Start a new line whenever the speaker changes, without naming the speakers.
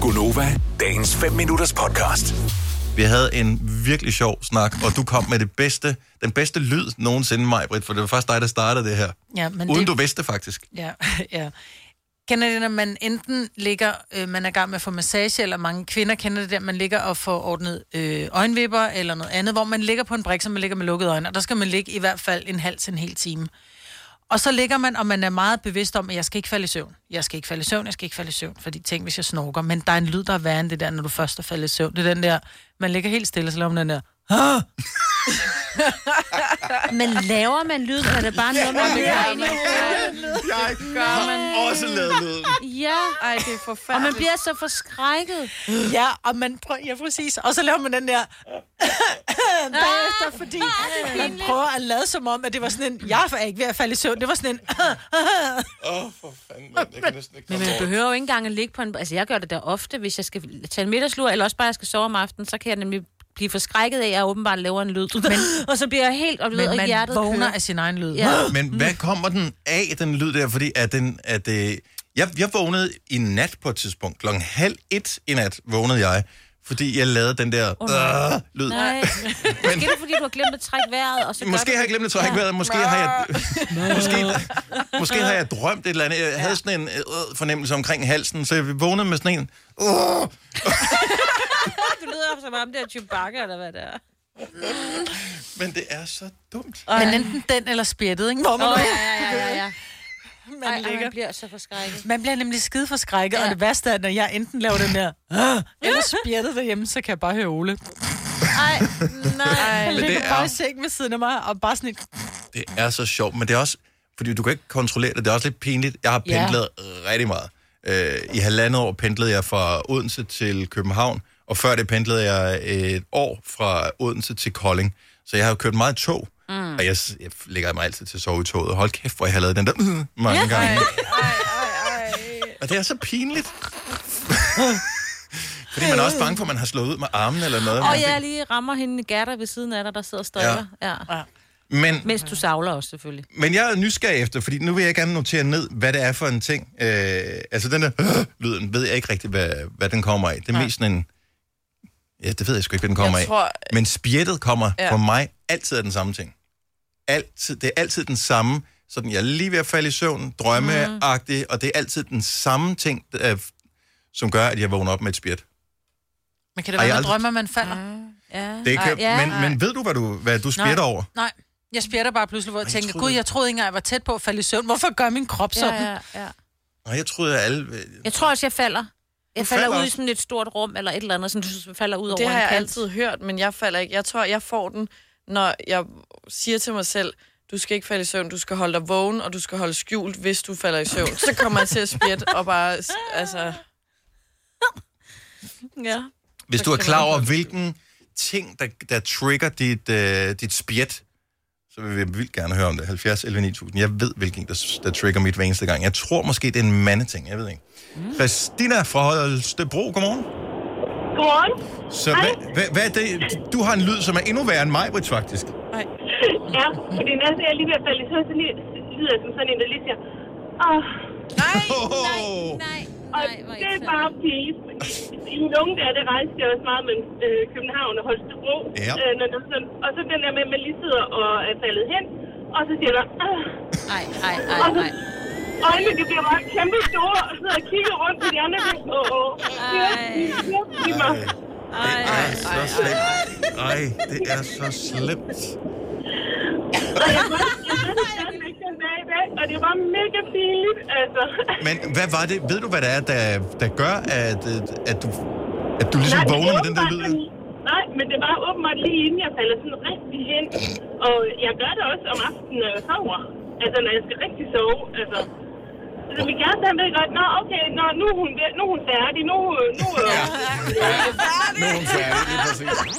Gunova, dagens 5 minutters podcast.
Vi havde en virkelig sjov snak, og du kom med det bedste, den bedste lyd nogensinde, mig, Britt, for det var først dig, der startede det her.
Ja, men
Uden
det,
du vidste det, faktisk.
Ja, ja. Kender I det, når man enten ligger, øh, man er i gang med at få massage, eller mange kvinder kender det der, man ligger og får ordnet øh, øjenvipper eller noget andet, hvor man ligger på en brik, som man ligger med lukkede øjne, og der skal man ligge i hvert fald en halv til en hel time. Og så ligger man, og man er meget bevidst om, at jeg skal ikke falde i søvn. Jeg skal ikke falde i søvn, jeg skal ikke falde i søvn, fordi tænk, hvis jeg snorker. Men der er en lyd, der er værre end det der, når du først er faldet i søvn. Det er den der, man ligger helt stille, så laver man den der.
Men laver man lyd, er det bare noget, man lægger ind i hovedet?
Jeg har også lavet lyden.
Ja,
Ej, det er forfærdeligt.
og man bliver så forskrækket.
Ja, og man prøver, ja, præcis. Og så laver man den der
Ah!
bagefter, fordi man prøver at lade som om, at det var sådan en, jeg er ikke ved at falde i søvn, det var sådan en,
Åh, oh, for fanden, man. Jeg kan næsten ikke
Men man behøver jo ikke engang at ligge på en... Altså, jeg gør det da ofte, hvis jeg skal tage en middagslur, eller også bare, jeg skal sove om aftenen, så kan jeg nemlig blive forskrækket af, at jeg åbenbart laver en lyd. Men, og så bliver jeg helt oplevet,
men
og
man
hjertet
vågner
kører.
af sin egen lyd.
Ja.
Men hvad kommer den af, den lyd der? Fordi er den, er det... Jeg, jeg vågnede i nat på et tidspunkt. Klokken halv et i nat vågnede jeg, fordi jeg lavede den der øh, lyd.
Nej. Måske er det, fordi du har glemt at trække vejret, og så gør
Måske
du...
har jeg glemt at trække vejret, måske har jeg, måske, måske har jeg drømt et eller andet. Jeg havde sådan en øh, øh, fornemmelse omkring halsen, så jeg vågnede med sådan en... Øh,
Du lyder som ham der Chewbacca, eller hvad det er.
men det er så dumt.
Men enten den eller spjættet, ikke? Hvor man,
Åh,
oh,
ja, ja, ja, ja, ja. Ej,
man
ej,
ligger.
man bliver så forskrækket.
Man bliver nemlig skide for skrækket, ja. og
Ja.
det værste er, at når jeg enten laver den der, "Ah", eller spjættet derhjemme, så kan jeg bare høre Ole.
Ej, nej.
Han
det
ligger bare
er-
i sengen ved siden af mig, og bare sådan et,
Det er så sjovt, men det er også... Fordi du kan ikke kontrollere det. Det er også lidt pinligt. Jeg har
Ja.
pendlet rigtig meget. Øh, I halvandet år pendlede jeg fra Odense til København, og før det pendlede jeg et år fra Odense til Kolding. Så jeg har jo kørt meget i tog, mm. og jeg, s- jeg lægger mig altid til at sove i toget. Hold kæft, hvor jeg har lavet den der øh, mange gange.
Ej, ej, ej.
Og det er så pinligt. Fordi man er også bange for, at man har slået ud med armen eller noget.
Og
Men
jeg lige rammer hende i gatter ved siden af dig, der sidder og støjler. Ja. ja.
det- Men,
Mens du savler også, selvfølgelig.
men jeg er nysgerrig efter, fordi nu vil jeg gerne notere ned, hvad det er for en ting. Øh, altså den der øh, lyden, ved jeg ikke rigtigt, hvad, hvad den kommer af. Det er mest sådan en... Ja, det ved jeg sgu ikke, hvad den kommer
Jeg
af.
tror,
Men spjættet kommer ja.
Ja.
for mig altid af den samme ting. Altid, det er altid den samme, sådan jeg er lige ved at falde i søvn, drømmeagtig,
Mhm.
mm. og det er altid den samme ting, der, er- som gør, at jeg vågner op med et spjæt.
man kan det
Ej,
være,
jeg
når
aldrig-
drømmer, man falder. Mm.
Ja.
Det kan,
Ej, ja.
men, men ved du, hvad du, hvad du spjætter over?
Nej, jeg spjætter bare pludselig, hvor jeg
jeg
tænker,
troede-
gud, jeg troede ikke engang, jeg var tæt på at falde i søvn. Hvorfor gør min krop sådan?
Ja, ja, ja.
Og jeg troede, at alle...
Jeg tror også, jeg falder. Jeg falder,
falder
falder ud i
også.
sådan et stort rum, eller et eller andet, sådan, du falder ud
det
over
har
en
jeg
kant.
altid hørt, men jeg falder ikke. Jeg tror, jeg får den, når jeg siger til mig selv, du skal ikke falde i søvn, du skal holde dig vågen, og du skal holde skjult, hvis du falder i søvn. Så kommer man til at spjætte og bare, s- altså... Ja.
Hvis du er
kan
klar
man
over, hvilken ting, der, der trigger dit, øh, dit spjæt, så vil vi vildt gerne høre om det. 70 11 9000. Jeg ved, hvilken der, der trigger mit hver eneste gang. Jeg tror måske, det er en mandeting. Jeg ved ikke. Mm. Christina fra Holstebro, godmorgen.
Godmorgen.
Så hvad, hvad, hvad er det? Du har en lyd, som er endnu værre end mig, Britt, faktisk.
Ja, fordi næsten jeg er lige ved at falde i søvn, så lige, lyder jeg som sådan en, der lige siger, Åh,
Nej, nej,
Åh.
nej,
og
nej. hvor
det er
irriterende.
bare pinligt, fordi i min unge der, det rejste jeg også meget mellem øh, København og Holstebro.
Ja.
Øh, når der sådan, og så den der med, at man lige sidder og er faldet hen, og så siger der, "Ah."
Ej, ej, ej,
og så
ej.
øjnene, de bliver bare kæmpe store, og sidder og kigger rundt på de andre, og tænker, åh, åh, det er virkelig i mig.
Det er så slemt. Ej, det er så slemt.
Og jeg ved jeg ved det stadigvæk den dag i dag, og det var mega pinligt, altså.
Men hvad var det? Ved du, hvad det er, der, der gør, at, øh, at, du, at du ligesom
men
vågner
det er
med den der lyd?
åbenbart
der?
sådan- Nej, men det var åbenbart lige inden jeg falder sådan rigtig hen. Og jeg gør det også om aftenen, når jeg sover. Altså, når jeg skal rigtig sove. Altså, altså min kæreste, han ved godt, nå, okay, nå, nu er hun, ved- nu er hun færdig, nu... øh, nu ja.
Nu er hun færdig, lige præcis.